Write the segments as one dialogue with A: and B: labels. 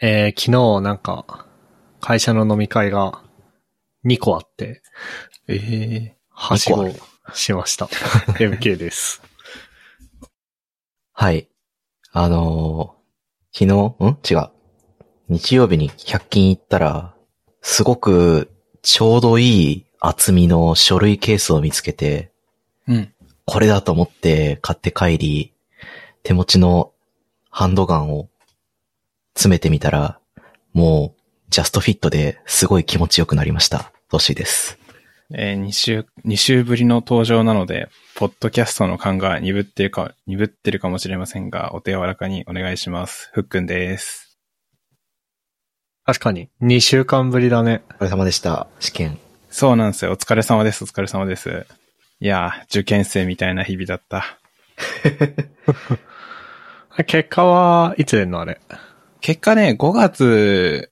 A: えー、昨日なんか、会社の飲み会が2個あって、
B: ええ
A: はし
B: 二個あ
A: ご
B: る
A: しました。MK です。
B: はい。あのー昨日、ん違う。日曜日に100均行ったら、すごくちょうどいい厚みの書類ケースを見つけて、
C: うん。
B: これだと思って買って帰り、手持ちのハンドガンを詰めてみたら、もうジャストフィットですごい気持ちよくなりました。トッシーです。
C: えー、2週、二週ぶりの登場なので、ポッドキャストの感が鈍ってるか、鈍ってるかもしれませんが、お手柔らかにお願いします。ふっくんです。
A: 確かに、2週間ぶりだね。
B: お疲れ様でした。試験。
C: そうなんですよ。お疲れ様です。お疲れ様です。いやー、受験生みたいな日々だった。
A: 結果はいつ出んのあれ。
C: 結果ね、5月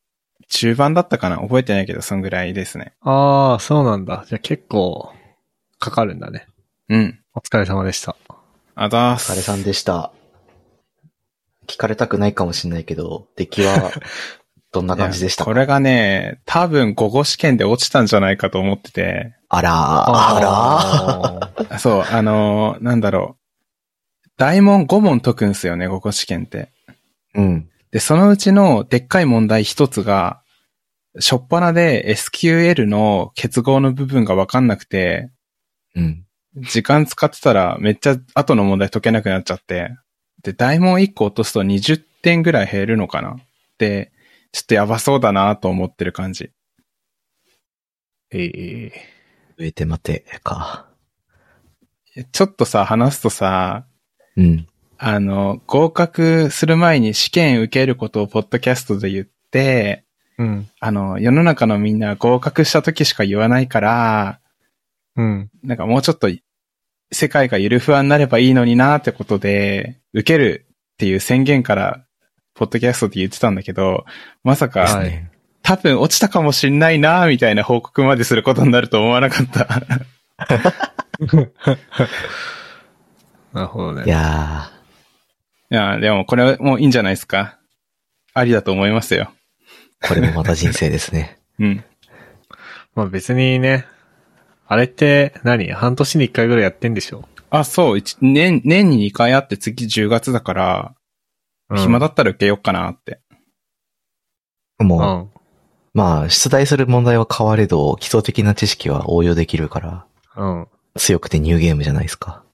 C: 中盤だったかな覚えてないけど、そんぐらいですね。
A: ああ、そうなんだ。じゃあ結構、かかるんだね。
C: うん。
A: お疲れ様でした。
C: あざ
B: お
C: ー
B: 疲れ
C: す。
B: さんでした。聞かれたくないかもしれないけど、出来 は、どんな感じでした
C: いやこれがね、多分午後試験で落ちたんじゃないかと思ってて、
B: あらーあ
A: らー
C: そう、あのーなんだろう。大問5問解くんすよね、午後試験って。
B: らーうん。
C: で、そのうちのでっかい問題一つが、しょっぱなで SQL の結合の部分がわかんなくて、
B: うん。
C: 時間使ってたらめっちゃ後の問題解けなくなっちゃって、で、大問1個落とすと20点ぐらい減るのかなで、ちょっとやばそうだなと思ってる感じ。
A: ええ
B: 植えて待て、か。
C: ちょっとさ、話すとさ、
B: うん。
C: あの、合格する前に試験受けることをポッドキャストで言って、
A: うん。
C: あの、世の中のみんな合格した時しか言わないから、
A: うん。
C: なんかもうちょっと世界がゆるふわになればいいのになってことで、受けるっていう宣言から、ポッドキャストで言ってたんだけど、まさか、
A: はい
B: ね
C: 多分落ちたかもしんないなみたいな報告まですることになると思わなかった。
A: なるほど
B: い
A: ね。
B: や
C: いや、でもこれはもういいんじゃないですか。ありだと思いますよ。
B: ー、これもまた人生ですね。
C: うん。
A: まあ別にね、あれって何半年に1回ぐらいやってんでしょ
C: あ、そう、一年、年に2回あって次10月だから、
A: うん
C: 暇だったら受けようかなって。
A: う
B: もう、
A: ん。
B: まあ、出題する問題は変われど、基礎的な知識は応用できるから、
A: うん。
B: 強くてニューゲームじゃないですか。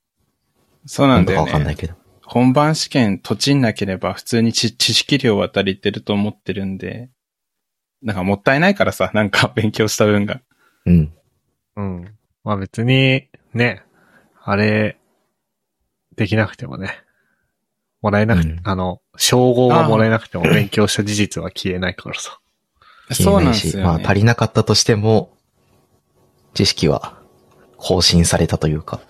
C: そうなんだ
B: か
C: よ
B: わかんない
C: ね。
B: けど。
C: 本番試験、とちんなければ普通に知知識量は足りてると思ってるんで、なんかもったいないからさ、なんか勉強した分が。
B: うん。
A: うん。まあ別に、ね、あれ、できなくてもね、もらえなくて、
B: うん
A: あの、称号はもらえなくても勉強した事実は消えないからさ。
C: そうなんで
B: 消
C: す
B: えいし
C: よ、ね。
B: まあ、足りなかったとしても、知識は、更新されたというか。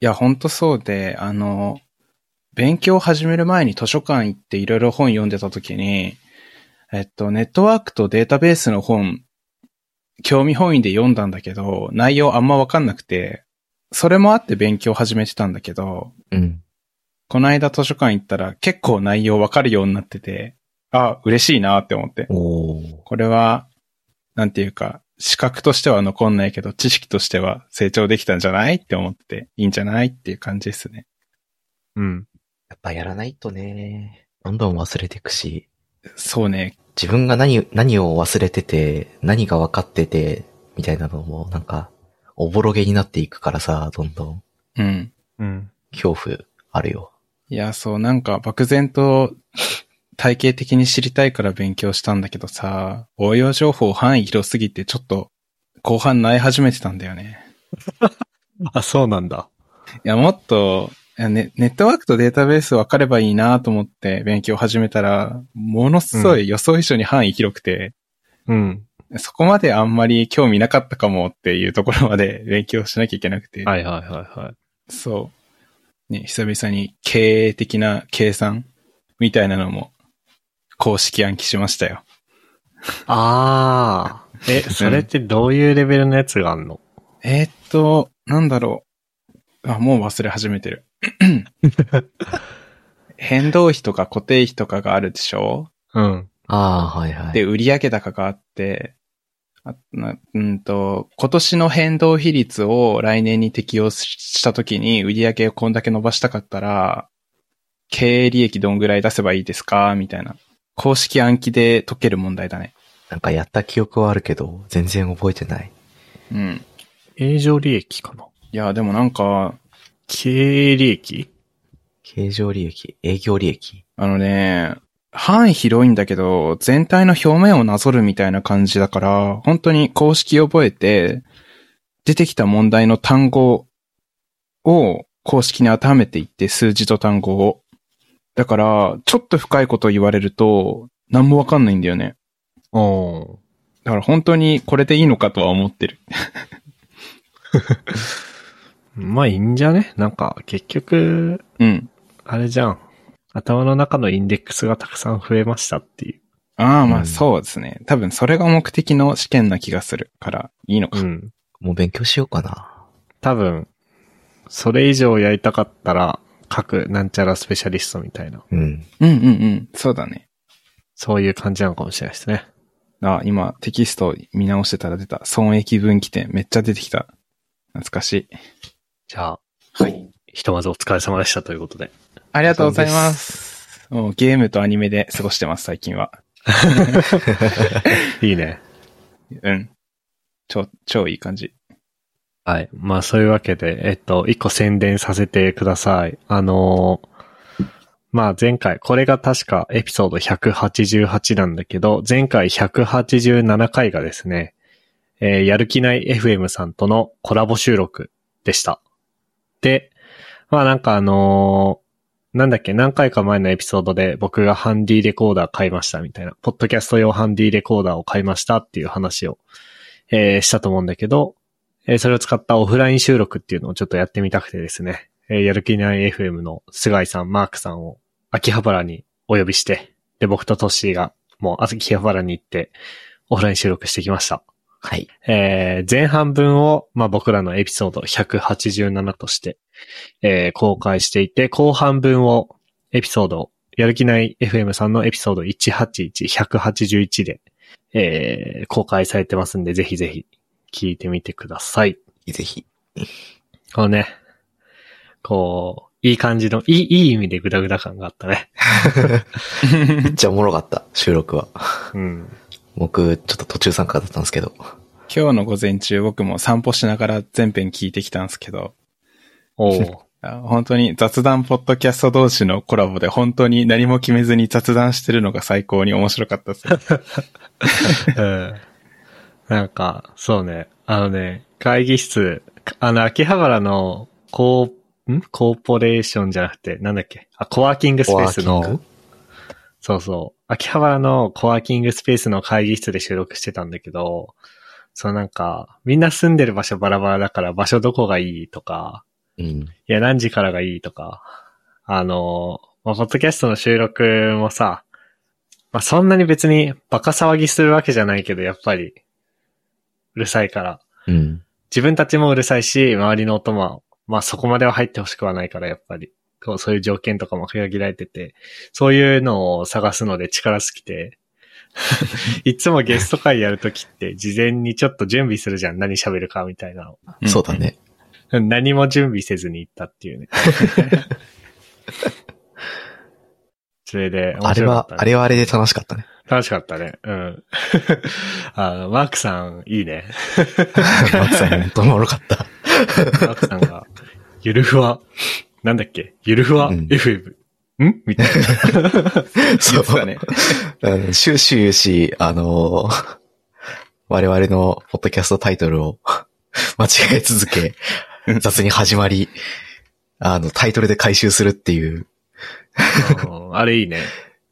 C: いや、ほんとそうで、あの、勉強を始める前に図書館行っていろいろ本読んでた時に、えっと、ネットワークとデータベースの本、興味本位で読んだんだけど、内容あんまわかんなくて、それもあって勉強始めてたんだけど、
B: うん。
C: この間図書館行ったら結構内容わかるようになってて、あ、嬉しいなって思って。
B: おー。
C: これは、なんていうか、資格としては残んないけど、知識としては成長できたんじゃないって思って、いいんじゃないっていう感じですね。
A: うん。
B: やっぱやらないとね、どんどん忘れていくし、
C: そうね。
B: 自分が何、何を忘れてて、何が分かってて、みたいなのも、なんか、おぼろげになっていくからさ、どんどん、
C: うん。
A: うん。
B: 恐怖あるよ。
C: いや、そう、なんか漠然と体系的に知りたいから勉強したんだけどさ、応用情報範囲広すぎてちょっと後半ない始めてたんだよね。
A: あ、そうなんだ。
C: いや、もっと、いやねネットワークとデータベース分かればいいなと思って勉強始めたら、ものすごい予想以上に範囲広くて、
A: うん。
C: そこまであんまり興味なかったかもっていうところまで勉強しなきゃいけなくて、
A: はいはいはいはい。
C: そう。ね、久々に経営的な計算みたいなのも公式暗記しましたよ。
A: ああ。え、それってどういうレベルのやつがあんの
C: えーっと、なんだろう。あ、もう忘れ始めてる。変動費とか固定費とかがあるでしょ
A: うん。
B: ああ、はいは
C: で、
B: い。
C: 売上高があって、あなうんと、今年の変動比率を来年に適用ししたときに売上をこんだけ伸ばしたかったら、経営利益どんぐらい出せばいいですかみたいな。公式暗記で解ける問題だね。
B: なんかやった記憶はあるけど、全然覚えてない。
C: うん。
A: 営業利益かない
C: や、でもなんか、
A: 経営利益
B: 経常利益、営業利益。
C: あのね、範囲広いんだけど、全体の表面をなぞるみたいな感じだから、本当に公式覚えて、出てきた問題の単語を公式に当てはめていって、数字と単語を。だから、ちょっと深いこと言われると、何もわかんないんだよね。
A: お
C: だから本当にこれでいいのかとは思ってる。
A: まあいいんじゃねなんか結局、
C: うん。
A: あれじゃん。頭の中のインデックスがたくさん増えましたっていう。
C: ああ、ま
B: う
C: あ
B: ん
C: そうですね。多分それが目的の試験な気がするから、いいのか。
A: ん。
B: もう勉強しようかな。
A: 多分、それ以上やりたかったら、各なんちゃらスペシャリストみたいな、
B: うん。
C: うんうんうん。そうだね。
A: そういう感じなのかもしれないですね。
C: あ、今、テキスト見直してたら出た。損益分岐点、めっちゃ出てきた。懐かしい。
A: じゃあ、
C: はい。
A: ひとまずお疲れ様でしたということで。
C: ありがとうございます。もうゲームとアニメで過ごしてます、最近は。
A: いいね。
C: うん。超、超いい感じ。
A: はい。まあ、そういうわけで、えっと、一個宣伝させてください。あのーまあ、前回、これが確かエピソード188なんだけど、前回187回がですね、えーやる気ない FM さんとのコラボ収録でした。で、まあなんかあのーなんだっけ、何回か前のエピソードで僕がハンディレコーダー買いましたみたいな、ポッドキャスト用ハンディレコーダーを買いましたっていう話を、えーしたと思うんだけど、えーそれを使ったオフライン収録っていうのをちょっとやってみたくてですね、えーやる気ない FM の菅井さん、マークさんを秋葉原にお呼びして、で、僕とトッシーがもう秋葉原に行って、オフライン収録してきました。
B: はい。
A: えー前半分を、まあ、僕らのエピソード187として、えー公開していて、後半分をエピソード、やる気ない FM さんのエピソード181、181で、えー公開されてますんで、ぜひぜひ聞いてみてください。
B: ぜ ひ。
A: このね、こう、いい感じの、いい、いい意味でグダグダ感があったね。
B: めっちゃおもろかった、収録は。
A: うん。
B: 僕、ちょっと途中参加だったんですけど。
C: 今日の午前中、僕も散歩しながら全編聞いてきたんですけど、
A: おー
C: あ本当に雑談ポッドキャスト同士のコラボで本当に何も決めずに雑談してるのが最高に面白かったです。
A: うん。なんか、そうね、あのね、会議室、あの、秋葉原の、こう、んコーポレーションじゃなくて、なんだっけあ、コワーキングスペース
B: コワーキン
A: の
B: グ、
A: そうそう、秋葉原のコワーキングスペースの会議室で収録してたんだけど、そうなんか、みんな住んでる場所バラバラだから場所どこがいいとか、
B: うん。
A: いや、何時からがいいとか、あの、まあ、ポッドキャストの収録もさ、まあ、そんなに別にバカ騒ぎするわけじゃないけど、やっぱり、うるさいから。
B: うん。
A: 自分たちもうるさいし、周りの音も、まあ、そこまでは入ってほしくはないから、やっぱり。こう、そういう条件とかも限られてて、そういうのを探すので力尽きて、 いつもゲスト会やるときって、事前にちょっと準備するじゃん。何喋るかみたいなの。
B: そうだね。
A: 何も準備せずに行ったっていう ね。それで、
B: あれは、あ
A: れ
B: れはあれで楽しかったね。
A: 楽しかったね。うん。 あの、マークさん、いい ね。
B: マクさん本当おもろかった。
A: マークさんが、ゆるふわ、なんだっけゆるふわ、
B: うん
A: FM。んみたいな。
B: そう
C: だね。
B: うん終始言うし、あのー我々のポッドキャストタイトルを 間違え続け、雑に始まり、あの、タイトルで回収するっていう、
A: うんあれいいね。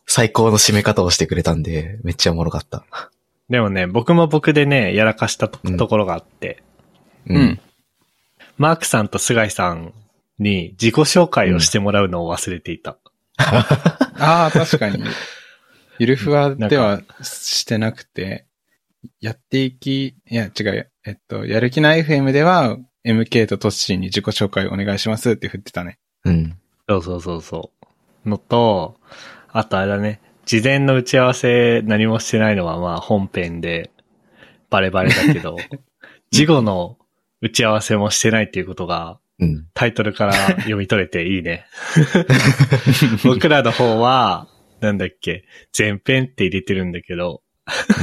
B: 最高の締め方をしてくれたんで、めっちゃおもろかった。
A: でもね、僕も僕でね、やらかしたと
B: うん
A: ところがあって、
B: う
C: うん。。
A: マークさんと菅井さんに自己紹介をしてもらうのを忘れていた。
C: ああ、確か に。ゆるふわではしてなくて、やっていき、いや違う、えっと、やる気ない FM では、MK とトッシーに自己紹介お願いしますって振ってたね。
B: うん。
A: そうそうそうそう。のと、あとあれだね、事前の打ち合わせ何もしてないのはまあ本編でバレバレだけど、事後の打ち合わせもしてないっていうことが
B: うん。
A: タイトルから読み取れていいね。僕らの方は、なんだっけ、前編って入れてるんだけど、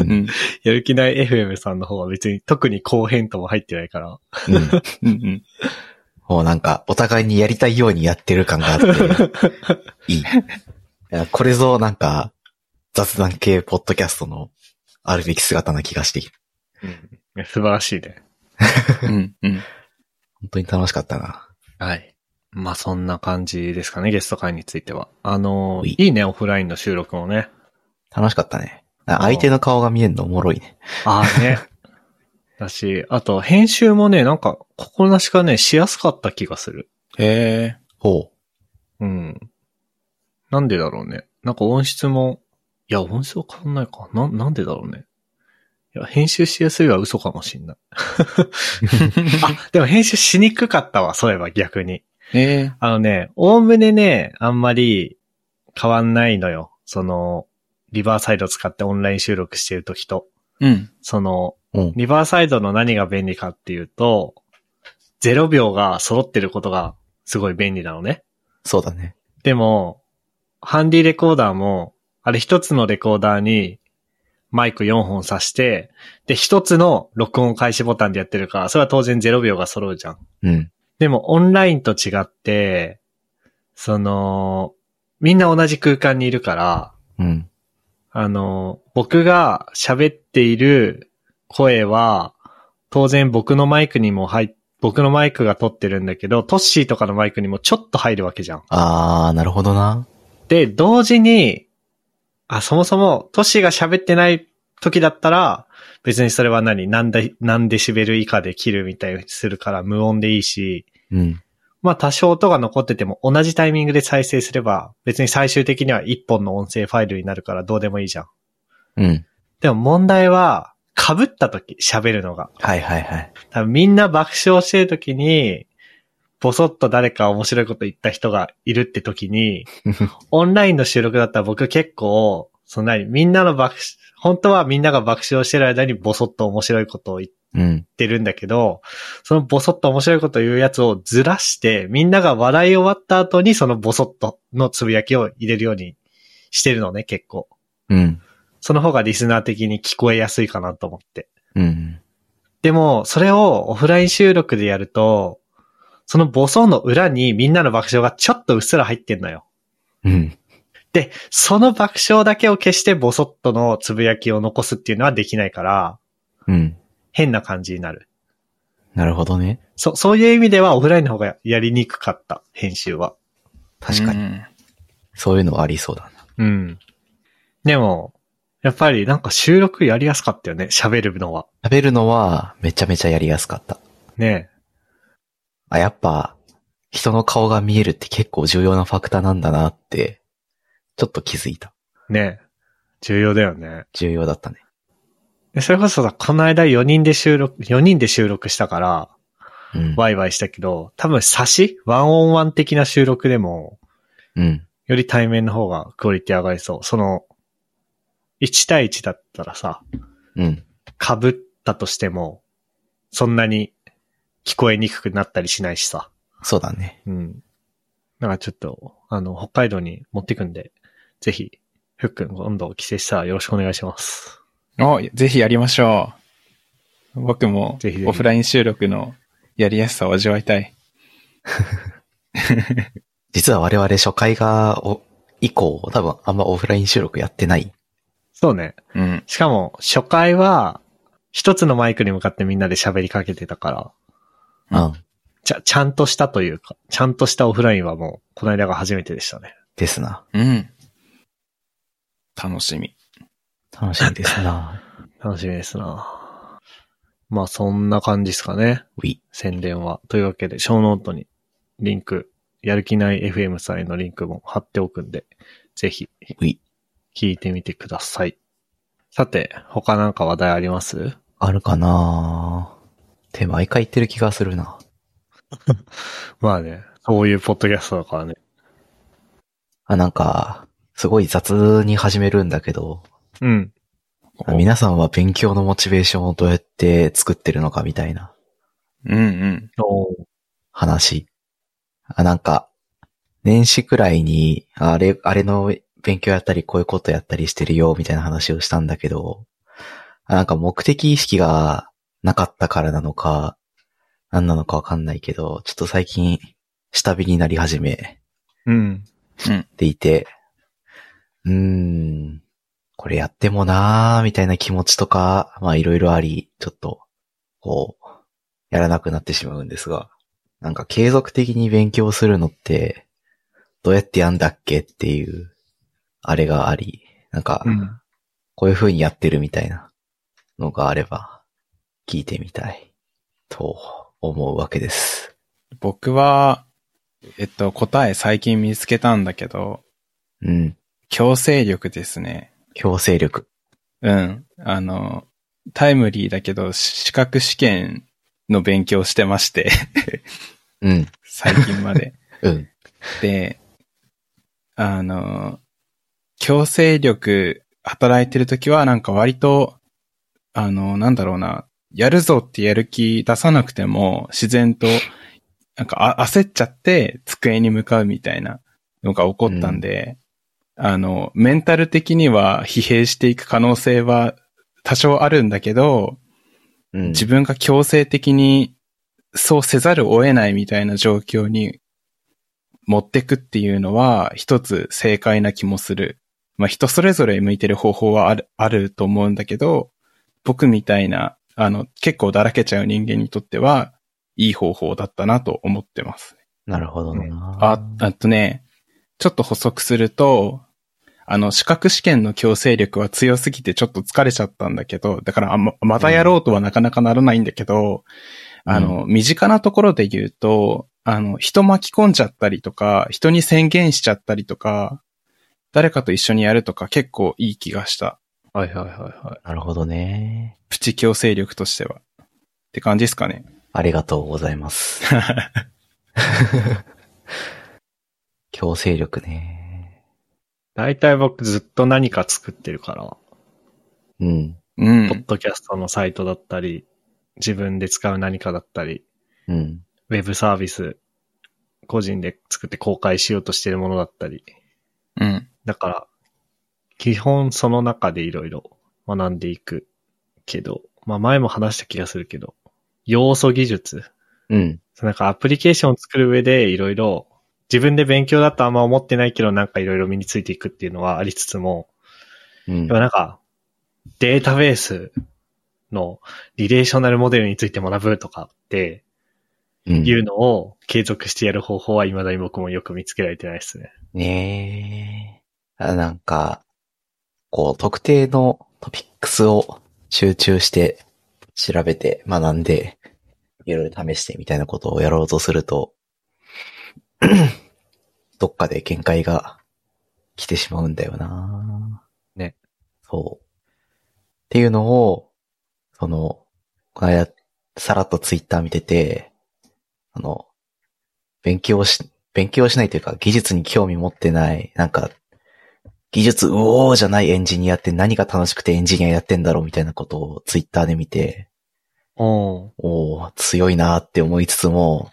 C: うん。
A: やる気ない FM さんの方は別に特に後編とも入ってないから、
B: うん。
C: うんうん。
B: もうなんか、お互いにやりたいようにやってる感があって、いい。いやこれぞなんか、雑談系ポッドキャストのあるべき姿な気がしている。
A: 素晴らしいね。
C: うんうん。
B: 本当に楽しかったな。
A: はい。まあ、そんな感じですかね、ゲスト会については。あの、
B: うい
A: いいね、オフラインの収録もね。
B: 楽しかったね。あ相手の顔が見えるのおもろいね。
A: ああね。 だし、あと、編集もね、なんか、心なしかね、しやすかった気がする。
C: へえ。
B: ほ
A: うん。なんでだろうね。なんか音質も、いや、音質は変わんないか。な、なんでだろうね。いや、編集しやすいは嘘かもしんない。 あ、でも編集しにくかったわ、そういえば逆に。
C: へえ。
A: あのね、おおむねね、あんまり変わんないのよ。その、リバーサイド使ってオンライン収録してるときと。
C: うん。
A: その、
B: う。うん。
A: リバーサイドの何が便利かっていうと、0秒が揃ってることがすごい便利なのね。
B: そうだね。
A: でも、ハンディレコーダーも、あれ一つのレコーダーにマイク4本挿して、で、一つの録音開始ボタンでやってるから、それは当然0秒が揃うじゃん。
B: うん。
A: でもオンラインと違って、その、みんな同じ空間にいるから、
B: うん。
A: あの、僕が喋っている声は、当然僕のマイクにも入っ、僕のマイクが撮ってるんだけど、トッシーとかのマイクにもちょっと入るわけじゃん。
B: あー、なるほどな。
A: で、同時に、あ、そもそも、トシが喋ってない時だったら、別にそれは何何で、何デシベル以下で切るみたいにするから無音でいいし、
B: うん。
A: まあ多少音が残ってても同じタイミングで再生すれば、別に最終的には一本の音声ファイルになるからどうでもいいじゃん。
B: うん。
A: でも問題は、被った時、喋るのが。
B: はいはいはい。
A: 多分みんな爆笑してる時に、ぼそっと誰か面白いこと言った人がいるって時に、オンラインの収録だったら僕結構、そんなにみんなの爆笑、本当はみんなが爆笑してる間にボソッと面白いことを言っ
B: うん。
A: てるんだけど、そのボソッと面白いことを言うやつをずらして、みんなが笑い終わった後にそのボソッとのつぶやきを入れるようにしてるのね、結構。
B: うん。
A: その方がリスナー的に聞こえやすいかなと思って。
B: うん。
A: でも、それをオフライン収録でやると、そのボソの裏にみんなの爆笑がちょっとうっすら入ってんのよ。
B: うん。
A: で、その爆笑だけを消してボソッとのつぶやきを残すっていうのはできないから、
B: うん。
A: 変な感じになる。
B: なるほどね。
A: そ、そういう意味ではオフラインの方がやりにくかった、編集は。
B: 確かに。
C: に。
B: そういうのはありそうだ
A: うん。でも、やっぱりなんか収録やりやすかったよね、喋るのは。
B: な。食べるのは、めちゃめちゃやりやすかった。
A: ね
B: あ、やっぱ、人の顔が見えるって結構重要なファクターなんだなって、ちょっと気づいた。
A: え、ねえ。重要だよね。
B: 重要だったね。
A: でそれこそさ、この間4人で収録、4人で収録したから、
B: うん。
A: ワイワイしたけど、多分差しワンオンワン的な収録でも、
B: うん。
A: より対面の方がクオリティ上がりそう。その、1対1だったらさ、
B: うん。
A: 被ったとしても、そんなに聞こえにくくなったりしないしさ。
B: そうだね。
A: うん。だからちょっと、あの、北海道に持ってくんで、ぜひ、ふっくん今度帰省したらよろしくお願いします。
C: お、ぜひやりましょう。僕も
A: ぜひぜひ
C: オフライン収録のやりやすさを味わいたい。
B: 実は我々初回が、お、以降、多分あんまオフライン収録やってない。
A: そうね。
C: うん。
A: しかも、初回は、一つのマイクに向かってみんなで喋りかけてたから、
B: うん。
A: ちゃ、ちゃんとしたというか、ちゃんとしたオフラインはもう、この間が初めてでしたね。
B: ですな。
C: うん。楽しみ。
B: 楽しみです な。
A: 楽しみですなまあ、そんな感じですかね。
B: ウィ。
A: 宣伝は。というわけで、ショーノートに、リンク、やる気ない FM さんへのリンクも貼っておくんで、ぜひ、
B: ウィ。
A: 聞いてみてください。さて、他なんか話題あります
B: あるかなって毎回言ってる気がするな。
A: まあね、そういうポッドキャストだからね。
B: あ、なんか、すごい雑に始めるんだけど、
A: うん。
B: 皆さんは勉強のモチベーションをどうやって作ってるのかみたいな
C: うんうん。
A: お
B: 話。あなんか、年始くらいに、あれ、あれの勉強やったり、こういうことやったりしてるよ、みたいな話をしたんだけど、あなんか目的意識がなかったからなのか、何なのかわかんないけど、ちょっと最近、下火になり始め
A: うん。
B: ていて、うーん、これやってもなー、みたいな気持ちとか、まあいろいろあり、ちょっと、こう、やらなくなってしまうんですが、なんか継続的に勉強するのって、どうやってやんだっけっていう、あれがあり、なんか
A: う、ん。
B: こういう風にやってるみたいなのがあれば、聞いてみたい、と思うわけです。
C: 僕は、えっと、答え最近見つけたんだけど、
B: うん。
C: 強制力ですね。
B: 強制力。
C: うん。あの、タイムリーだけど、資格試験の勉強してまして、
B: うん。
C: 最近まで。
B: うん。
C: で、あの、強制力働いてるときはなんか割と、あの、なんだろうな、やるぞってやる気出さなくても自然と、なんかあ焦っちゃって机に向かうみたいなのが起こったんで、あの、メンタル的には疲弊していく可能性は多少あるんだけど、
B: うん。
C: 自分が強制的にそうせざるを得ないみたいな状況に持ってくっていうのは一つ正解な気もする。まあ人それぞれ向いてる方法はある、あると思うんだけど、僕みたいな、あの、結構だらけちゃう人間にとっては、いい方法だったなと思ってます。
B: なるほどな。
C: あ、あとね、ちょっと補足すると、あの、資格試験の強制力は強すぎてちょっと疲れちゃったんだけど、だからあままたやろうとはなかなかならないんだけど、
B: うん
C: あの、身近なところで言うと、あの、人巻き込んじゃったりとか、人に宣言しちゃったりとか、誰かと一緒にやるとか結構いい気がした。
A: はいはいはいは
B: なるほどね。
C: プチ強制力としては。って感じですかね。
B: ありがとうございます。強制力ね。
A: い。だいたい僕ずっと何か作ってるから、
B: うん。
C: う
A: ポッ
C: ん。
A: ドキャストのサイトだったり、自分で使う何かだったり、
B: うん。
A: ウェブサービス、個人で作って公開しようとしてるものだったり。
C: うん。
A: だから、基本その中でいろいろ学んでいくけど、まあ前も話した気がするけど、要素技術
B: うん。
A: なんかアプリケーションを作る上でいろいろ自分で勉強だとあんま思ってないけどなんかいろいろ身についていくっていうのはありつつも、
B: うん
A: でも。なんかデータベースのリレーショナルモデルについて学ぶとかって
B: うん
A: いうのを継続してやる方法は未だに僕もよく見つけられてないですね。
B: ねえ。あなんか、こう、特定のトピックスを集中して、調べて、学んで、いろいろ試してみたいなことをやろうとすると、 どっかで限界が来てしまうんだよな
A: ね。
B: そう。っていうのを、その、この間、さらっとツイッター見てて、あの、勉強し、勉強しないというか、技術に興味持ってない、なんか、技術、うおーじゃないエンジニアって何が楽しくてエンジニアやってんだろうみたいなことをツイッターで見て、
A: お
B: おー、強いなーって思いつつも、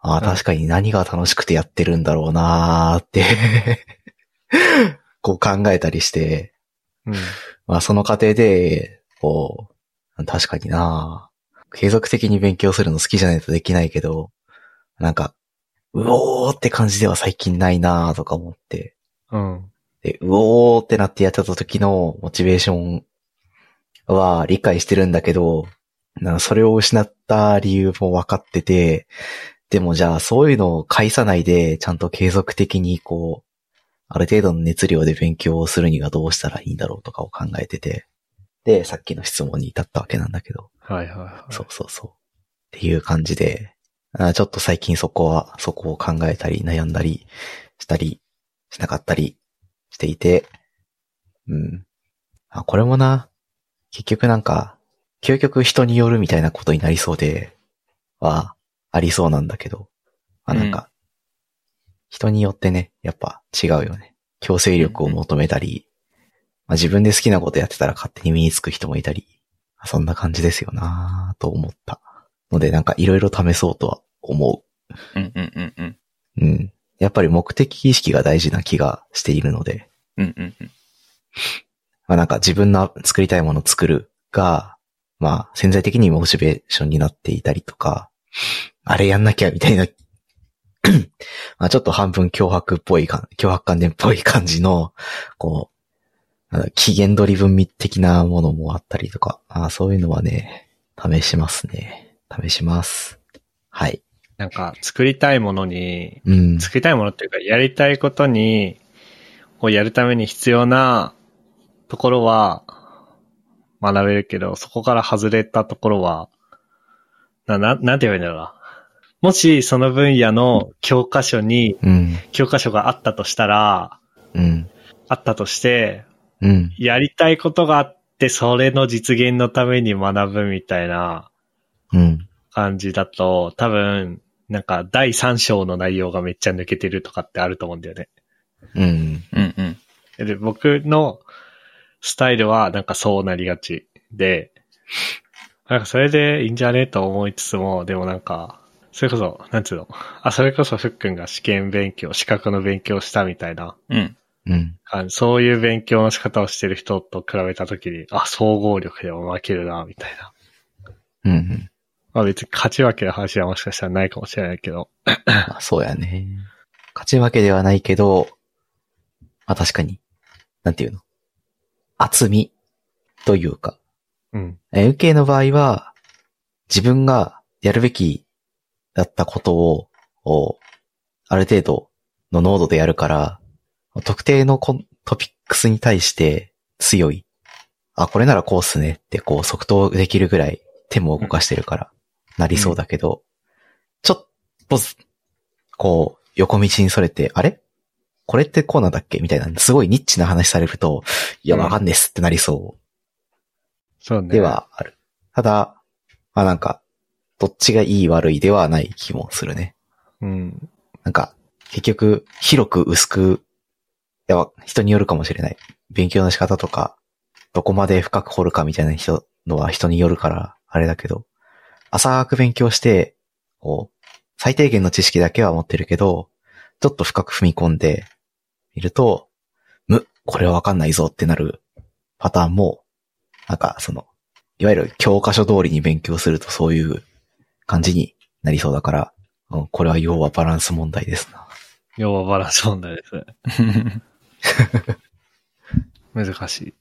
B: ああ、
A: うん
B: 確かに何が楽しくてやってるんだろうなーって、こう考えたりして、
A: うん。
B: まあその過程で、こう、確かにな継続的に勉強するの好きじゃないとできないけど、なんか、うおーって感じでは最近ないなとか思って、
A: うん。
B: で、うおーってなってやってた時のモチベーションは理解してるんだけど、なんかそれを失った理由も分かってて、でもじゃあそういうのを返さないで、ちゃんと継続的にこう、ある程度の熱量で勉強をするにはどうしたらいいんだろうとかを考えてて、で、さっきの質問に至ったわけなんだけど。
A: はいはいはい。
B: そうそうそう。っていう感じで、あちょっと最近そこは、そこを考えたり、悩んだり、したり、しなかったりしていて、うん。あ、これもな、結局なんか、究極人によるみたいなことになりそうで、は、ありそうなんだけど、あ、なんか、人によってね、やっぱ違うよね。強制力を求めたり、まあ、自分で好きなことやってたら勝手に身につく人もいたり、そんな感じですよなぁと思った。ので、なんかいろいろ試そうとは思
C: うんうんうんうん。
B: う。うん。やっぱり目的意識が大事な気がしているので、
C: うんうんうん。
B: まあなんか自分の作りたいものを作るが、まあ潜在的にモチベーションになっていたりとか、あれやんなきゃみたいな、 まあちょっと半分脅迫っぽい感、脅迫観念っぽい感じの、こう、なんだ期限ドリブン的なものもあったりとか、まあそういうのはね、試しますね。試します。はい。
A: なんか、作りたいものに、
B: うん。
A: 作りたいものっていうか、やりたいことに、をやるために必要なところは学べるけど、そこから外れたところは、な、な、なんて言えばいいんだろうな。もし、その分野の教科書に、
B: うん。
A: 教科書があったとしたら、
B: うん。
A: あったとして、
B: うん。
A: やりたいことがあって、それの実現のために学ぶみたいな
B: うん。
A: 感じだと、多分、なんか第3章の内容がめっちゃ抜けてるとかってあると思うんだよね。
B: うん。
C: うんうん。
A: で、僕のスタイルはなんかそうなりがちで、なんかそれでいいんじゃねえと思いつつも、でもなんか、それこそ、なんつうの、あ、それこそふっくんが試験勉強、資格の勉強したみたいな
C: うん。
B: うん。
A: あのそういう勉強の仕方をしてる人と比べたときに、あ、総合力でも負けるな、みたいな。
B: うん。
A: まあ別に勝ち負けの話はもしかしたらないかもしれないけど。
B: まあ、そうやね。勝ち負けではないけど、まあ確かに、なんていうの厚みというか、
A: うん。
B: えー UK の場合は、自分がやるべきだったことを、をある程度の濃度でやるから、特定のコントピックスに対して強い。あ、これならこうっすねってこう即答できるぐらい手も動かしてるから、なりそうだけど、ちょっとず、こう、横道にそれて、あれこれってこうなんだっけみたいな、すごいニッチな話されると、いや、わかんねえっすってなりそう。
A: そうね。
B: で。はある。ただ、まあなんか、どっちがいい悪いではない気もするね。
A: うん。
B: なんか、結局、広く薄く、いや、人によるかもしれない。勉強の仕方とか、どこまで深く掘るかみたいな人のは人によるから、あれだけど、浅く勉強して、こう、最低限の知識だけは持ってるけど、ちょっと深く踏み込んでいると、む、これはわかんないぞってなるパターンも、なんか、その、いわゆる教科書通りに勉強するとそういう感じになりそうだから、うんこれは要はバランス問題ですな。
A: 要はバランス問題です。難しい。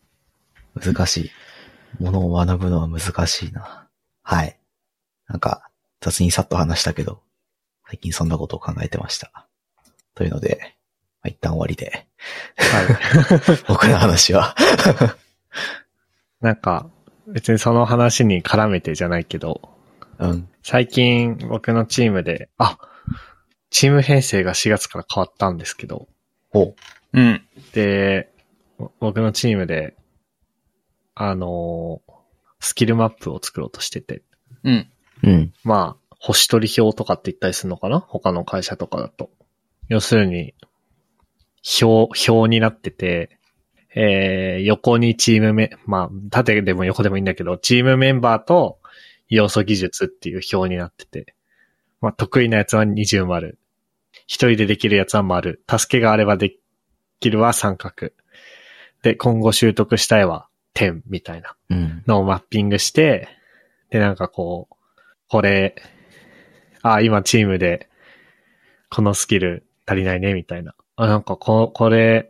B: 難しい。ものを学ぶのは難しいな。はい。なんか、雑にさっと話したけど、最近そんなことを考えてました。というので、まあ、一旦終わりで、
A: はい。
B: 僕の話は。
A: なんか、別にその話に絡めてじゃないけど、
B: うん。
A: 最近僕のチームで、あ、チーム編成が4月から変わったんですけど、
B: お
C: うん。
A: で、ぼ僕のチームで、あのースキルマップを作ろうとしてて。
C: うん。
B: うん。
A: まあ、星取り表とかって言ったりするのかな他の会社とかだと。要するに、表、表になってて、えー、横にチームメ、まあ、縦でも横でもいいんだけど、チームメンバーと要素技術っていう表になってて、まあ、得意なやつは20丸。一人でできるやつは丸。助けがあればできるは三角。で、今後習得したいは点みたいな。
B: うん。
A: のをマッピングして、で、なんかこう、これ、あ、今チームで、このスキル足りないね、みたいな。あ、なんかこ、これ、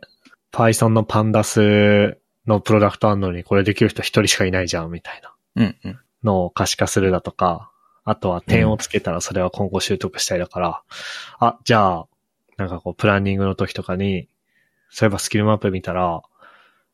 A: Python のパンダスのプロダクトあんのに、これできる人一人しかいないじゃん、みたいな
C: うんうん。
A: のを可視化するだとか、あとは点をつけたらそれは今後習得したいだから、あ、じゃあ、なんかこう、プランニングの時とかに、そういえばスキルマップ見たら、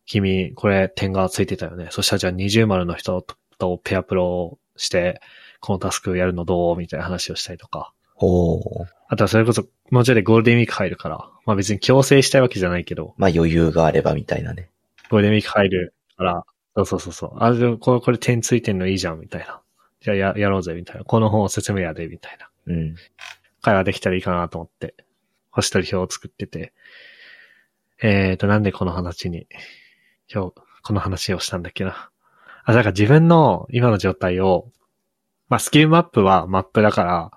A: 君、これ点がついてたよね。そしたらじゃあ20丸の人とペアプロをして、このタスクやるのどうみたいな話をしたりとか。
B: おー
A: あとはそれこそ、もうちょいでゴールデンウィーク入るから、まあ別に強制したいわけじゃないけど、
B: まあ余裕があればみたいなね。
A: ゴールデンウィーク入るから、そうそうそうそう。あ、でもこれ、これ点ついてんのいいじゃん、みたいな。じゃあや、やろうぜ、みたいな。この本おすすめやで、みたいな。
B: うん。
A: 会話できたらいいかなと思って、星取り表を作ってて。えーと、なんでこの話に、今日、この話をしたんだっけな。あ、だから自分の今の状態を、まあ、スキルマップはマップだから、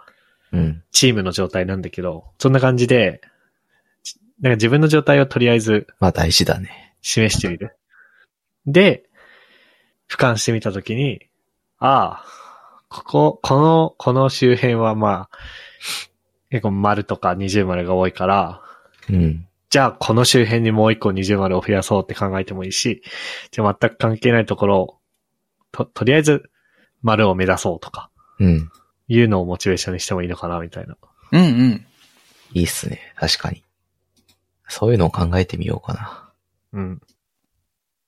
B: うん。
A: チームの状態なんだけど、そんな感じで、ちなんか自分の状態をとりあえず
B: まあ大事だね。
A: 示してみる。で、俯瞰してみたときに、ああ、ここ、この、この周辺はまあ、結構丸とか二重丸が多いから、
B: うん。
A: じゃあこの周辺にもう一個二重丸を増やそうって考えてもいいし、じゃあ全く関係ないところを、と、とりあえず丸を目指そうとか、
B: うん。
A: いうのをモチベーションにしてもいいのかな、みたいな。
C: うんうん。
B: いいっすね。確かに。そういうのを考えてみようかな。
A: うん。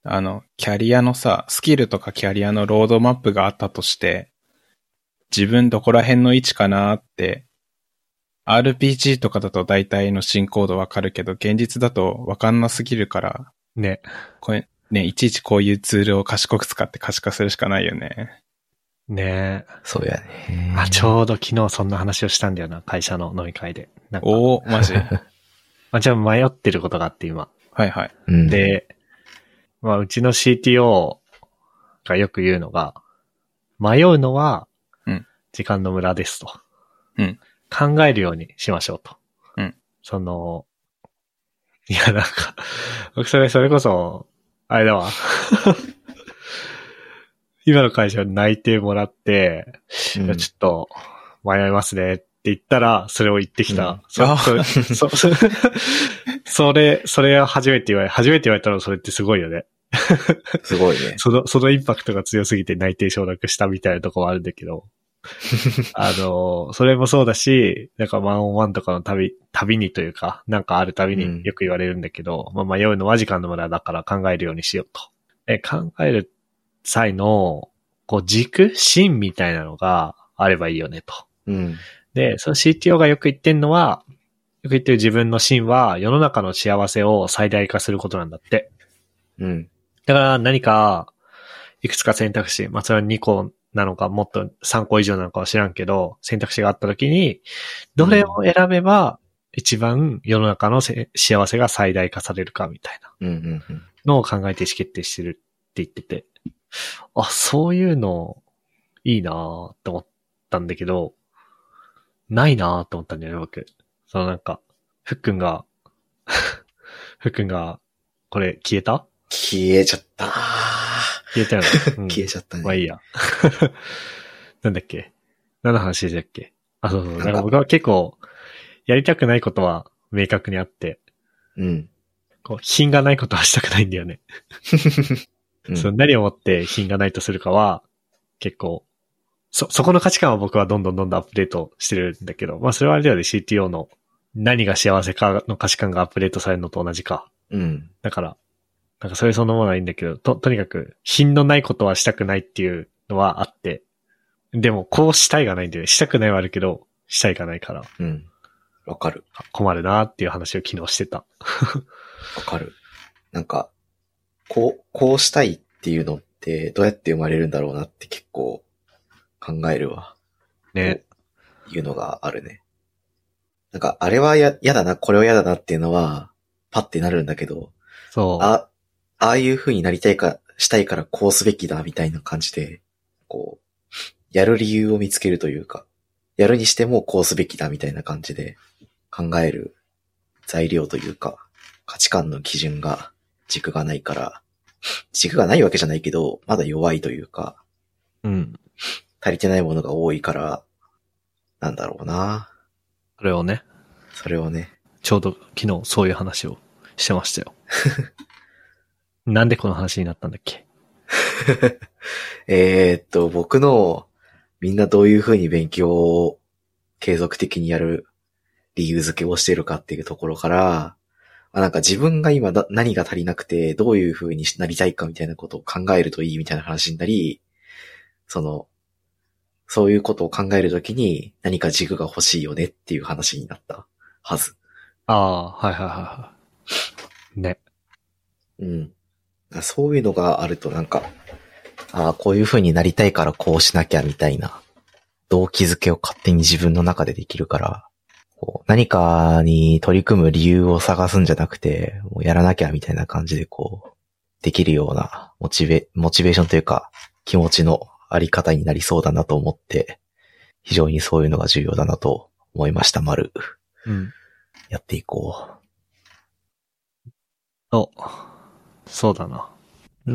C: あの、キャリアのさ、スキルとかキャリアのロードマップがあったとして、自分どこら辺の位置かなって、RPG とかだと大体の進行度わかるけど、現実だとわかんなすぎるから、
A: ね。
C: これ、ね、いちいちこういうツールを賢く使って可視化するしかないよね。
A: ねえ。
B: そうやね。
A: あ、ちょうど昨日そんな話をしたんだよな、会社の飲み会で。なんか、
C: おお マジは
A: まあ、じゃあ迷ってることがあって今。
C: いはい。
B: うん。
A: で、まあ、うちの CTO がよく言うのが、迷うのは
C: うん、
A: 時間の無駄ですと。
C: うん
A: 考えるようにしましょうと。
C: うん
A: その、いや、なんか、僕それ、それこそ、あれだわ。 今の会社に内定もらって、
B: うん
A: いやちょっと、迷いますねって言ったら、それを言ってきた。
B: うん
A: そ
C: あ
A: そそそ それ、それは初めて言われ、初めて言われたのそれってすごいよね。
B: すごいね。
A: その、そのインパクトが強すぎて内定承諾したみたいなとこはあるんだけ ど。あの、それもそうだし、なんかワンオンワンとかの旅、旅にというか、なんかある旅
B: うん
A: によく言われるんだけど、まあ迷うのは時間の無駄だから考えるようにしようと。え、考える際の、こう軸芯みたいなのがあればいいよねと。
B: うん。
A: で、その CTO がよく言ってんのは、よく言ってる自分の芯は世の中の幸せを最大化することなんだって。
B: うん。
A: だから何か、いくつか選択肢、まあ、それは2個なのか、もっと3個以上なのかは知らんけど、選択肢があった時に、どれを選べば一番世の中のせ幸せが最大化されるかみたいな
B: うん。うん。うん
A: のを考えて意思決定してるって言ってて、あ、そういうのいいなぁと思ったんだけど、ないなぁと思ったんだよね、僕。そのなんか、ふっくんが、 ふっくんが、これ消えた
B: 消えちゃった。
A: 消え たよね。うん
B: 消えちゃったね。
A: まあいい
B: や。
A: や。 なんだっけ何の話でしたっけあ、そうそう。だから僕は結構、やりたくないことは明確にあって、
B: うん。
A: こう、品がないことはしたくないんだよね。
B: うん
A: その何をもって品がないとするかは、結構、そ、そこの価値観は僕はどんどんどんどんアップデートしてるんだけど、まあそれはあれだよね、CTO の何が幸せかの価値観がアップデートされるのと同じか。
B: うん。
A: だから、なんかそれそのものはいいんだけど、と、とにかく、品のないことはしたくないっていうのはあって、でも、こうしたいがないんだよね。したくないはあるけど、したいがないから、
B: うん。わかる。
A: あ困るなっていう話を昨日してた。
B: わかる。なんか、こう、こうしたいっていうのって、どうやって生まれるんだろうなって結構考えるわ。
A: ね。
B: いうのがあるね。なんか、あれはや、やだな、これはやだなっていうのは、パッてなるんだけど、
A: そう。
B: あ、ああいう風になりたいか、したいからこうすべきだ、みたいな感じで、こう、やる理由を見つけるというか、やるにしてもこうすべきだ、みたいな感じで考える材料というか、価値観の基準が、軸がないから、軸がないわけじゃないけど、まだ弱いというか、
A: うん。
B: 足りてないものが多いから、なんだろうな。
A: それをね、
B: それをね、
A: ちょうど昨日そういう話をしてま したよ。なんでこの話になったんだっけ
B: えーっと、僕のみんなどういうふうに勉強を継続的にやる理由付けをしてるかっていうところから、まあ、なんか自分が今だ何が足りなくてどういうふうになりたいかみたいなことを考えるといいみたいな話になり、その、そういうことを考えるときに何か軸が欲しいよねっていう話になったはず。
A: ああ、はいはいはいはい。ね。
B: うん。あそういうのがあるとなんか、ああ、こういう風になりたいからこうしなきゃみたいな、動機づけを勝手に自分の中でできるから、こう何かに取り組む理由を探すんじゃなくて、もうやらなきゃみたいな感じでこう、できるようなモチベ、モチベーションというか、気持ちのあり方になりそうだなと思って、非常にそういうのが重要だなと思いました、丸。
A: うん。
B: やっていこう。
A: お、そうだな。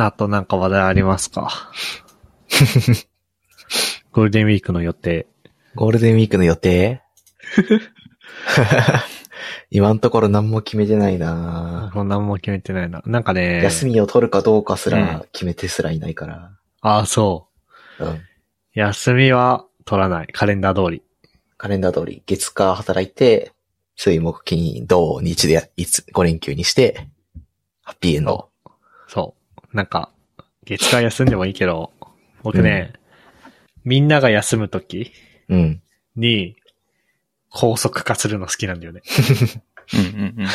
A: あとなんか話題ありますか ゴールデンウィークの予定。
B: ゴールデンウィークの予定今のところ何も決めてないなぁ
A: もう何も決めてないな。なんかね、
B: 休みを取るかどうかす
A: う
B: ら決めてすらいないから。
A: ああ、そう。
B: うん。
A: 休みは取らない。カレンダー通り。
B: カレンダー通り、月火働いて、水木金土日でいつ5連休にして、ハッピーエンド。
A: そう。なんか、月間休んでもいいけど、僕ね、みんなが休むとき
B: うん。
A: に、高速化するの好きなんだよね。
C: うんうんうん。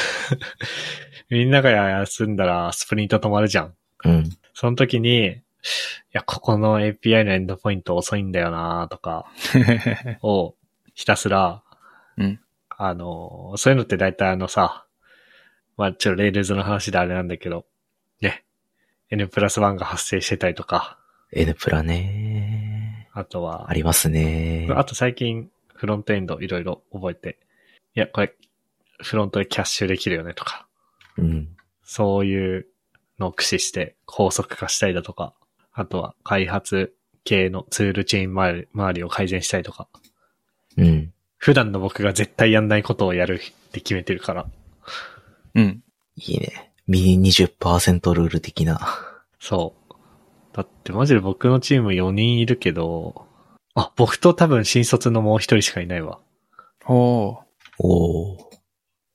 A: みんなが休んだらスプリント止まるじゃん。
B: うん。
A: その時に、いや、ここの API のエンドポイント遅いんだよなとか、をひたすら、
C: うん
A: あの、そういうのって大体あのさ、まあ、ちょ、レールズの話であれなんだけど、ね、N プラス1が発生してたりとか、
B: N プラね
A: あとは
B: あ、りますね
A: あと最近フロントエンドいろいろ覚えて、いや、これ、フロントでキャッシュできるよねとか、
B: うん。
A: そういうのを駆使して高速化したりだとか、あとは開発系のツールチェーン周り周りを改善したりとか、
B: うん。
A: 普段の僕が絶対やんないことをやるって決めてるから、
C: うん。
B: いいね。ミニ20%ルール的な。
A: そう。だってマジで僕のチーム4人いるけど、あ、僕と多分新卒のもう一人しかいないわ。
C: おー
B: おー。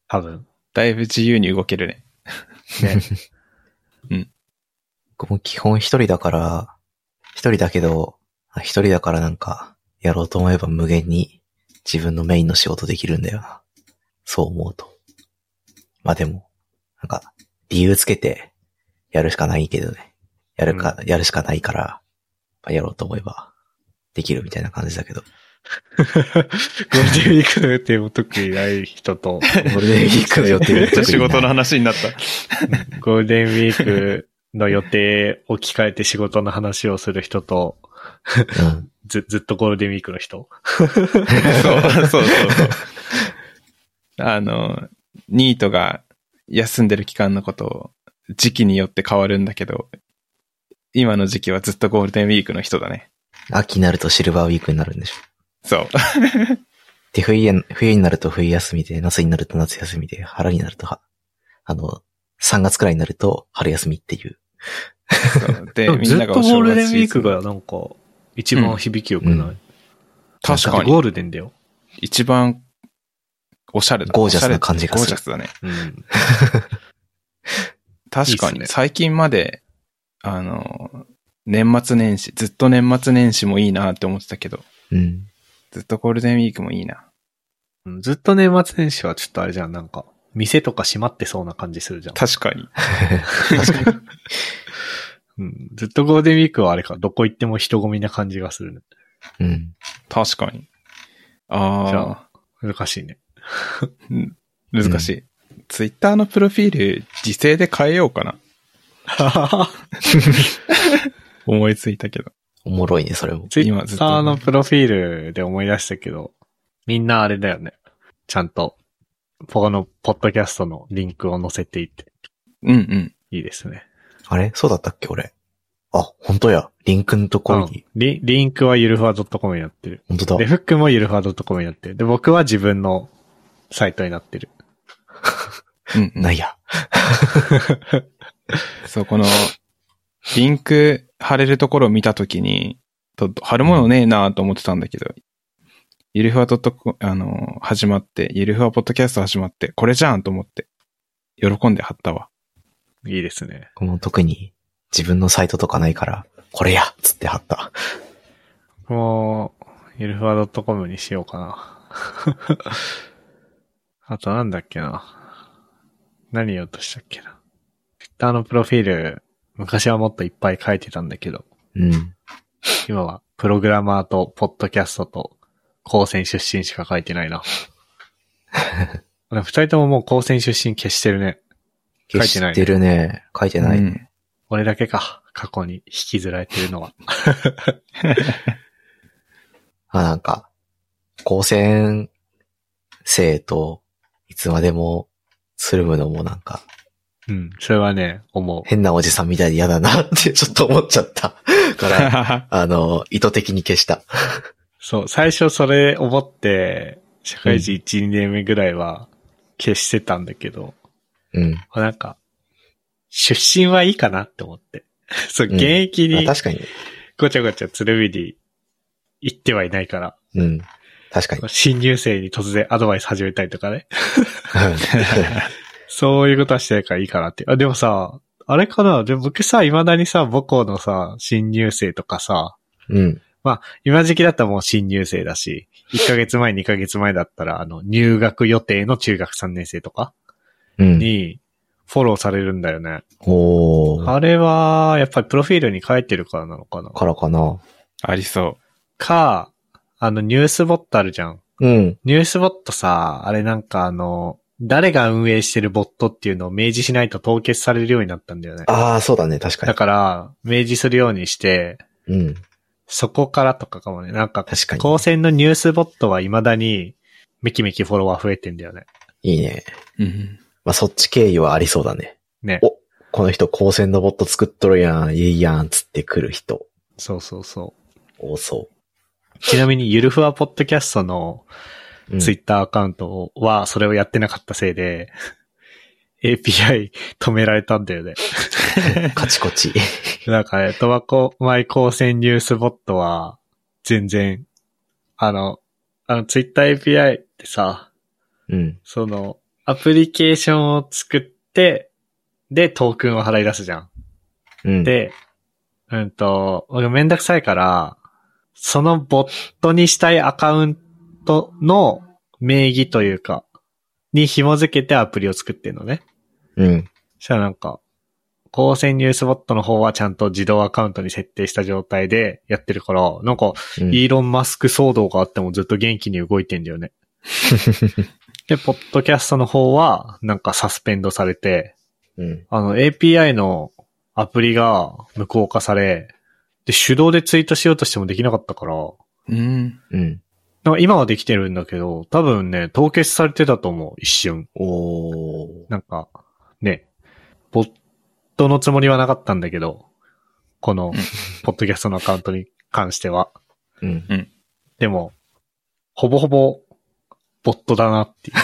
A: 多分。
C: だいぶ自由に動ける ね。
A: ね。
B: 僕も基本一人だから、一人だけど、あ一人だからなんか、やろうと思えば無限に自分のメインの仕事できるんだよな。そう思うと。まあでも、なんか、理由つけて、やるしかないけどね。やるか、やるしかないから、まあやろうと思えば、できるみたいな感じだけど。
A: ゴールデンウィークの予定も特にない人と、
B: ゴールデンウィークの予定が特にない
C: 仕事の話になった。
A: ゴールデンウィークの予定を聞かれて仕事の話をする人と、
B: うん。
A: ず、ずっとゴールデンウィークの人
C: そう、そうそうそう。あの、ニートが休んでる期間のことを時期によって変わるんだけど、今の時期はずっとゴールデンウィークの人だね。
B: 秋になるとシルバーウィークになるんでしょ。
C: そう。
B: で、冬や、冬になると冬休みで、夏になると夏休みで、春になるとは、あの、3月くらいになると春休みっていう。
C: そうで、み
A: ず
C: ん
A: っ
C: な
A: と
C: が
A: ゴ
C: お正
A: ールデンウ
C: 月シ
A: ィー
C: ーズ
A: ク
C: ン
A: がなんか、一番響きよくない、
B: うんうん
C: 確
A: だっ
C: か
A: てゴ
C: に、
A: ールデンだよ。
C: 一番おしゃれだ。
B: ゴージャスな感じがする
C: おしゃれゴージャスだね。
A: うん。
C: 確か
A: いいっすね
C: に、最近まで、あの、年末年始、ずっと年末年始もいいなって思ってたけど、
B: うん。
C: ずっとゴールデンウィークもいいな。
A: うんずっと年末年始はちょっとあれじゃん、なんか、店とか閉まってそうな感じするじゃん。
C: 確かに。
A: うん、ずっとゴールデンウィークはあれか、どこ行っても人混みな感じがするね。
B: うん。
C: 確かに。
A: じゃ
C: ああ
A: あ。難しい ね。
C: 難しい。ツイッターのプロフィール、時制で変えようかな。思いついたけど。
B: おもろいね、それも。
A: ツイ
C: 今ず
A: ッ
C: っ
A: タ
C: と
A: ーのプロフィールで思い出したけど、みんなあれだよね。ちゃんと、このポッドキャストのリンクを載せていって、
C: うんうん。
A: いいですね。
B: あれそうだったっけ、俺。あ、本当や。リンクのところ
A: う
B: に。
A: んリリンクはゆるふわ .com になってる。
B: 本当
A: で、
B: だ。
A: フックもゆるふわ .com になってる。で、僕は自分のサイトになってる。
C: うん、う。
B: なんいや。
C: そう、この、リンク貼れるところを見たときに、と貼るものねえなと思ってたんだけど、ゆるふわ .com、あの、始まって、ゆるふわポッドキャスト始まって、これじゃんと思って、喜んで貼ったわ。
A: いいですね。
B: この特に自分のサイトとかないから、これやっつって貼った。
A: もう、ゆるふわ .com にしようかな。 あとなんだっけな。何言おうとしたっけな。Twitter のプロフィール、昔はもっといっぱい書いてたんだけど、
B: うん。
A: 今はプログラマーとポッドキャストと高専出身しか書いてないな。あれ二人とももう高専出身消してるね。書いて
B: 消
A: ないね
B: してるね。書いてない。
C: うん
A: 俺だけか。過去に引きずられてるのは。
B: あ、なんか、高専生といつまでもつるむのもなんか、
A: うん。それはね、思う。
B: 変なおじさんみたいで嫌だなって ちょっと思っちゃった。から、あの、意図的に消した。
A: そう、最初それ思って、社会人1、2年目ぐらいは消してたんだけど、
B: うん。
A: なんか、出身はいいかなって思って。 そう、
B: うん
A: 現役
B: まあ
A: に
B: 確かに。
A: ごちゃごちゃ鶴見に行ってはいないから、
B: うん。確 かに。
A: 新入生に突然アドバイス始めたりとかね。そういうことはしてないからいいかなって。あ、でもさ、あれかなでも僕さ、未だにさ、母校のさ、新入生とかさ、
B: うん。
A: 今時期だったらもう新入生だし、1ヶ月前、2ヶ月前だったら、あの、入学予定の中学3年生とか
B: うん。
A: に、フォローされるんだよね。
B: おー。
A: あれは、やっぱりプロフィールに書いてるからなのかな
B: からかな。
C: ありそ
A: か、あの、ニュースボットあるじゃん。
B: うん。
A: ニュースボットさ、あれなんかあの、誰が運営してるボットっていうのを明示しないと凍結されるようになったんだよね。
B: ああ、そうだね。確か
A: だ
B: に。
A: から、明示するようにして、
B: うん。
A: そこからとかかもね。なんか、
B: 確かに。
A: 高専のニュースボットは未だに、めきめきフォロワー増えてんだよね。
B: いいね。
C: う。うん。
B: まあ、そっち経緯はありそうだね。
A: ね
B: お。この人、高専のボット作っとるやん、いいやん、つって来る人、
A: そうそうそ。
B: 多そう
A: ちなみに、ゆるふわポッドキャストの
B: う。うん
A: ツイッターアカウントは、それをやってなかったせいで、API 止められたんだよね。
B: カチコチ。
A: なんかね、トバコマイ高専ニュースボットは、全然、あの、あの、ツイッター API ってさ、
B: うん。
A: その、アプリケーションを作って、で、トークンを払い出すじゃん。
B: うん。、
A: で、うんと、俺めんどくさいから、そのボットにしたいアカウントの名義というか、に紐付けてアプリを作ってんのね。
B: うん。
A: そしたらなんか、高専ニュースボットの方はちゃんと自動アカウントに設定した状態でやってるから、なんか、
B: うん
A: イーロン・マスク騒動があってもずっと元気に動いてんだよ ね。で、ポッドキャストの方は、なんかサスペンドされて、
B: うん。
A: あの API のアプリが無効化され、で、手動でツイートしようとしてもできなかったから、
C: うん。
B: うん。
A: なんか今はできてるんだけど、多分ね、凍結されてたと思う、一瞬。
B: おー。
A: なんか、ね、ボットのつもりはなかったんだけど、この
C: ん、
A: ポッドキャストのアカウントに関しては。
B: うん。
A: でも、ほぼほぼ、ボットだなっていう。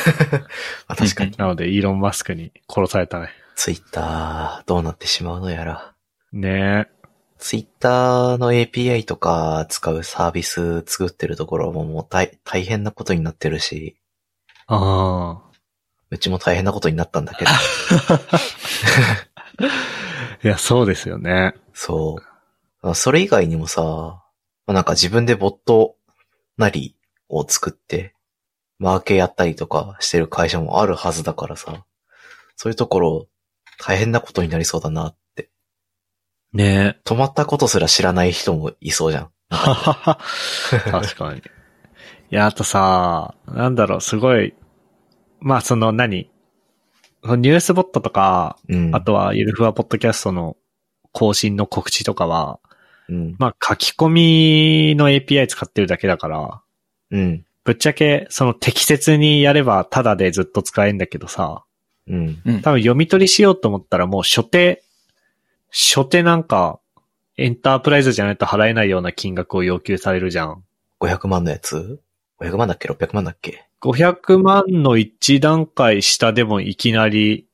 B: あ、確かに。
A: なので、イーロン・マスクに殺されたね。
B: ツイッター、どうなってしまうのやら。
A: ねえ。
B: ツイッターの API とか使うサービス作ってるところももう大大変なことになってるし、
A: ああ。
B: うちも大変なことになったんだけど、
A: いや、そうですよね。
B: そうあ。それ以外にもさ、まあなんか自分でボットなりを作って、マーケやったりとかしてる会社もあるはずだからさ、そういうところ大変なことになりそうだなって。
A: ねえ。
B: 止まったことすら知らない人もいそうじゃん。
A: 確かに。いや、あとさ、なんだろう、すごい、まあその何、そのニュースボットとか、
B: うん。
A: あとはゆるふわポッドキャストの更新の告知とかは、
B: うん。
A: まあ書き込みの API 使ってるだけだから、
B: うん。
A: ぶっちゃけその適切にやればタダでずっと使えんだけどさ、
B: うん。
C: うん。
A: 多分読み取りしようと思ったらもう初手、初手なんか、エンタープライズじゃないと払えないような金額を要求されるじゃん。
B: 500万のやつ ?500 万だっけ ?600 万だっけ
A: 500万の一段階下でもいきなり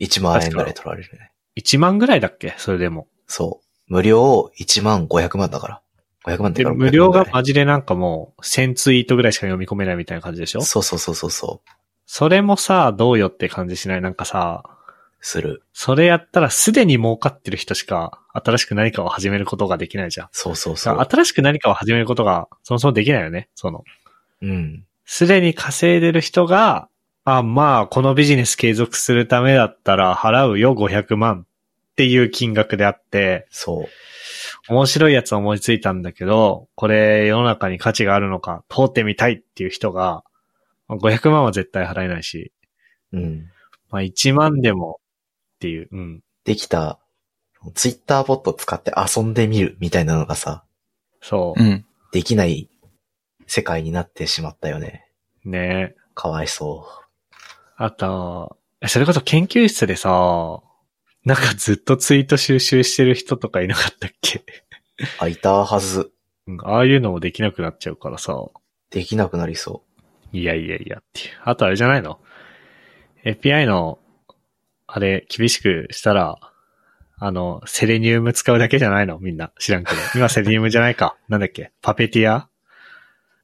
B: ?1 万円
A: 確
B: ぐ
A: から
B: い取られるね。
A: 1万ぐらいだっけそれでも。
B: そう。無料1万500万だから。500万だ
A: で、
B: から。
A: 無料が
B: 500万
A: マジでなんかもう1000ツイートぐらいしか読み込めないみたいな感じでしょ
B: だねそうそうそうそうそう。
A: それもさ、どうよって感じしないなんかさ、
B: する。
A: それやったらすでに儲かってる人しか新しく何かを始めることができないじゃん。
B: そうそうそ
A: だから
B: う。
A: 新しく何かを始めることがそもそもできないよね。その、
B: うん。
A: すでに稼いでる人が、あ、まあ、このビジネス継続するためだったら払うよ500万っていう金額であって、
B: そう。
A: 面白いやつ思いついたんだけど、これ世の中に価値があるのか、通ってみたいっていう人が、まあ500万は絶対払えないし、
B: うん。
A: まあ1万でもっていう、うん。
B: できた、ツイッターボット使って遊んでみるみたいなのがさ、
A: そうう。
C: ん。
B: できない世界になってしまったよね。
A: ね
B: かわいそ
A: あと、それこそ研究室でさ、なんかずっとツイート収集してる人とかいなかったっけ
B: う。あ、いたはず。
A: うんああいうのもできなくなっちゃうからさ。
B: できなくなりそ
A: いやいやいやっていう。あとあれじゃないの ?API の、あれ、厳しくしたら、あの、セレニウム使うだけじゃないのみんな。知らんけど。今セレニウムじゃないか。 なんだっけパペティア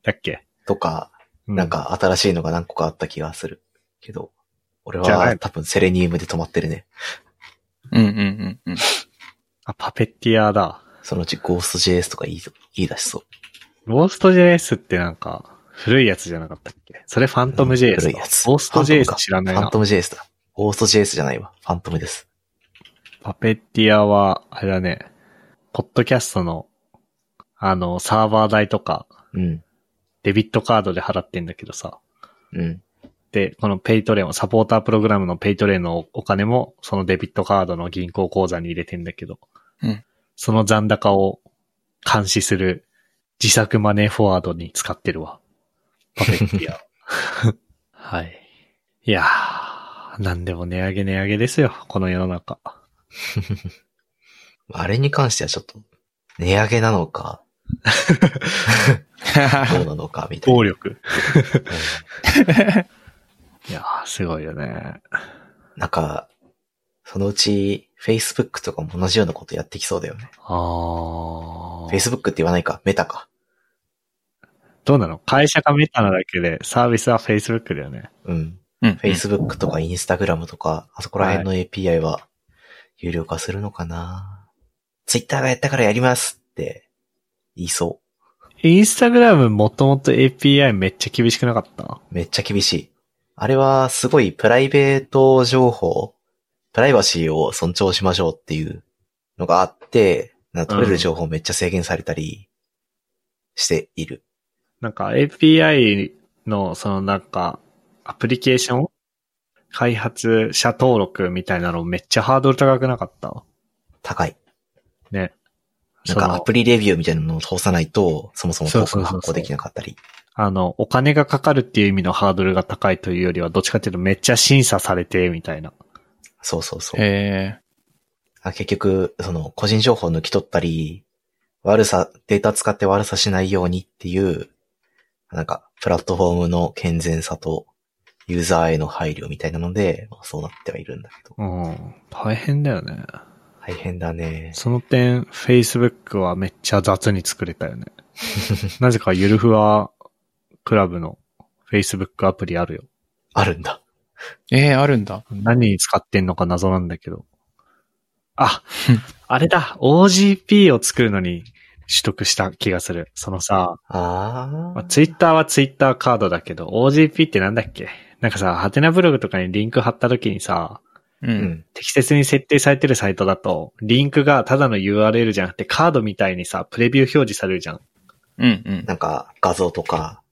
A: だっけ、
B: う。とか、
A: う
B: なん。か新しいのが何個かあった気がする。けど、俺
A: じゃな
B: はい多分セレニウムで止まってるね。
C: うんうんうんうん。
A: あ、パペティアだ。
B: そのうちゴースト JS とか言い言い出しそう。
A: ゴースト JS ってなんか、古いやつじゃなかったっけそれファントム JS だ。
B: 古いやつ
A: ゴースト JS 知らない
B: ファン
A: な
B: ト。ム JS だ。ゴースト JS じゃないわ。ファントムです。
A: パペティアは、あれだね、ポッドキャストの、あの、サーバー代とか、
B: うん。
A: デビットカードで払ってんだけどさ。
B: うん。
A: で、このペイトレオン、サポータープログラムのペイトレイのお金も、そのデビットカードの銀行口座に入れてんだけど、
C: うん
A: その残高を監視する自作マネーフォワードに使ってるわ。パペッティア。 はい。いやー、なんでも値上げ値上げですよ、この世の中。
B: あれに関してはちょっと、値上げなのか、どうなのか、みたいな。
A: 暴力。
B: うん
A: いやー、すごいよね。
B: なんか、そのうち、Facebook とかも同じようなことやってきそうだよね。
A: あー。
B: Facebook って言わないか、メタか。
A: どうなの会社がメタなだけで、サービスは Facebook だよね。
B: うん。
C: うん。
B: Facebook とか Instagram とか、あそこら辺の API は、有料化するのかな、?Twitter がやったからやりますって、言いそ
A: インスタグラムもともと API めっちゃ厳しくなかった
B: う。めっちゃ厳しい。あれは、すごいプライベート情報、プライバシーを尊重しましょうっていうのがあって、なんか取れる情報めっちゃ制限されたりしている。
A: なんか API のそのなんかアプリケーション開発者登録みたいなのめっちゃハードル高くなかった
B: 高い。
A: ね。
B: なんかア
A: その
B: プリレビューみたいなのを通さないと、そもそもトーク
A: そうそうそう
B: が
A: そ
B: 発
A: う
B: 行できなかったり。
A: あの、お金がかかるっていう意味のハードルが高いというよりは、どっちかっていうとめっちゃ審査されて、みたいな。
B: そうそうそう。
C: へ
B: あ結局、その、個人情報抜き取ったり、悪さ、データ使って悪さしないようにっていう、なんか、プラットフォームの健全さと、ユーザーへの配慮みたいなので、まあそうなってはいるんだけど。
A: うん。大変だよね。
B: 大変だね。
A: その点、Facebook はめっちゃ雑に作れたよ ね。なぜかゆるふわクラブの Facebook アプリあるよ。
B: あるんだ。
C: え。ええ、あるんだ。
A: 何に使ってんのか謎なんだけど。 あ
C: うん、
A: あれだ、OGP を作るのに取得した気がする。そのさ、
B: あ
A: まあ、
B: ー。
A: ツイッターはツイッターカードだけど、OGP ってなんだっけなんかさ、ハテナブログとかにリンク貼った時にさ、
C: う。
B: うんん。
A: 適切に設定されてるサイトだと、リンクがただの URL じゃなくてカードみたいにさ、プレビュー表示されるじゃん。
C: うんうん。
B: なんか、画像とか、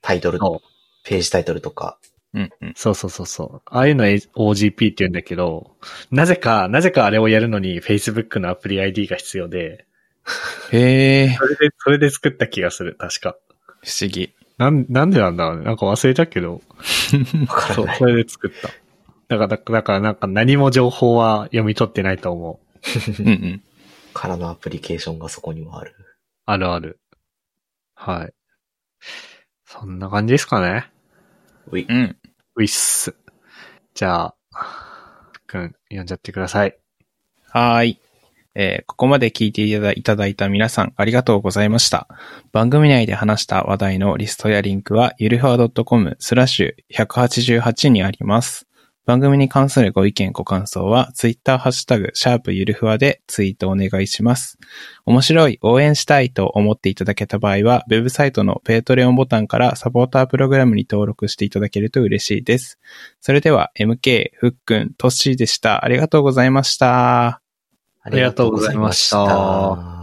B: タイトル、
A: そう
B: ページタイトルとか、
C: うんうん。
A: そうそうそうそう。ああいうの OGP って言うんだけど、なぜか、なぜかあれをやるのに Facebook のアプリ ID が必要で、
C: へえ。
A: それで、それで作った気がする、確か。
C: 不思議。
A: なん、なんでなんだろうね。なんか忘れたけど、
B: わから
A: そう
B: な、い
A: そ。れで作った。だから、だから、だからなんか何も情報は読み取ってないと思う。
C: うんうん。
B: からのアプリケーションがそこにはある。
A: あるある。はい。そんな感じですかね。
B: うい。
C: うん。
A: ウィッス。じゃあ、ふっくん、読んじゃってください。
C: はーい。えーここまで聞いていただいただいた皆さんありがとうございました。番組内で話した話題のリストやリンクは、ゆるふわ .com スラッシュ188にあります。番組に関するご意見ご感想は、ツイッターハッシュタグ、シャープゆるふわでツイートお願いします。面白い、応援したいと思っていただけた場合は、ウェブサイトのペイトレオンボタンからサポータープログラムに登録していただけると嬉しいです。それでは MK、ふっくん、とっしーでした。ありがとうございました。
B: あ
A: りがとうございました
B: りがとうございました